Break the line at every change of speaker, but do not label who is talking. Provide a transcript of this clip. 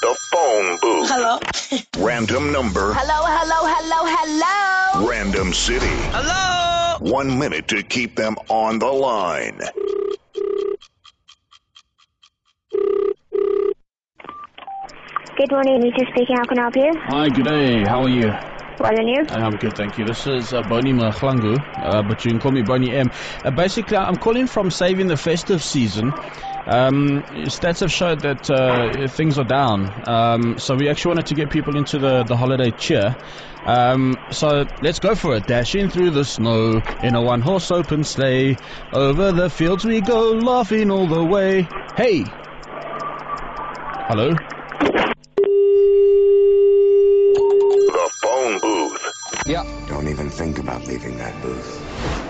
phone booth.
Hello.
Random number.
Hello, hello, hello, hello.
Random city.
Hello.
One minute to keep them on the line.
Good morning, Lisa speaking. How can I help you?
Hi, good day. How are you?
Well, and you?
I'm good, thank you. This is uh, Bonnie Mlachlangu, uh, but you can call me Bonnie M. Uh, basically, I'm calling from saving the festive season. Um, stats have showed that uh, things are down, um, so we actually wanted to get people into the, the holiday cheer. Um, so let's go for it. Dashing through the snow in a one horse open sleigh. Over the fields we go, laughing all the way. Hey! Hello?
The phone booth.
Don't even think about leaving that booth.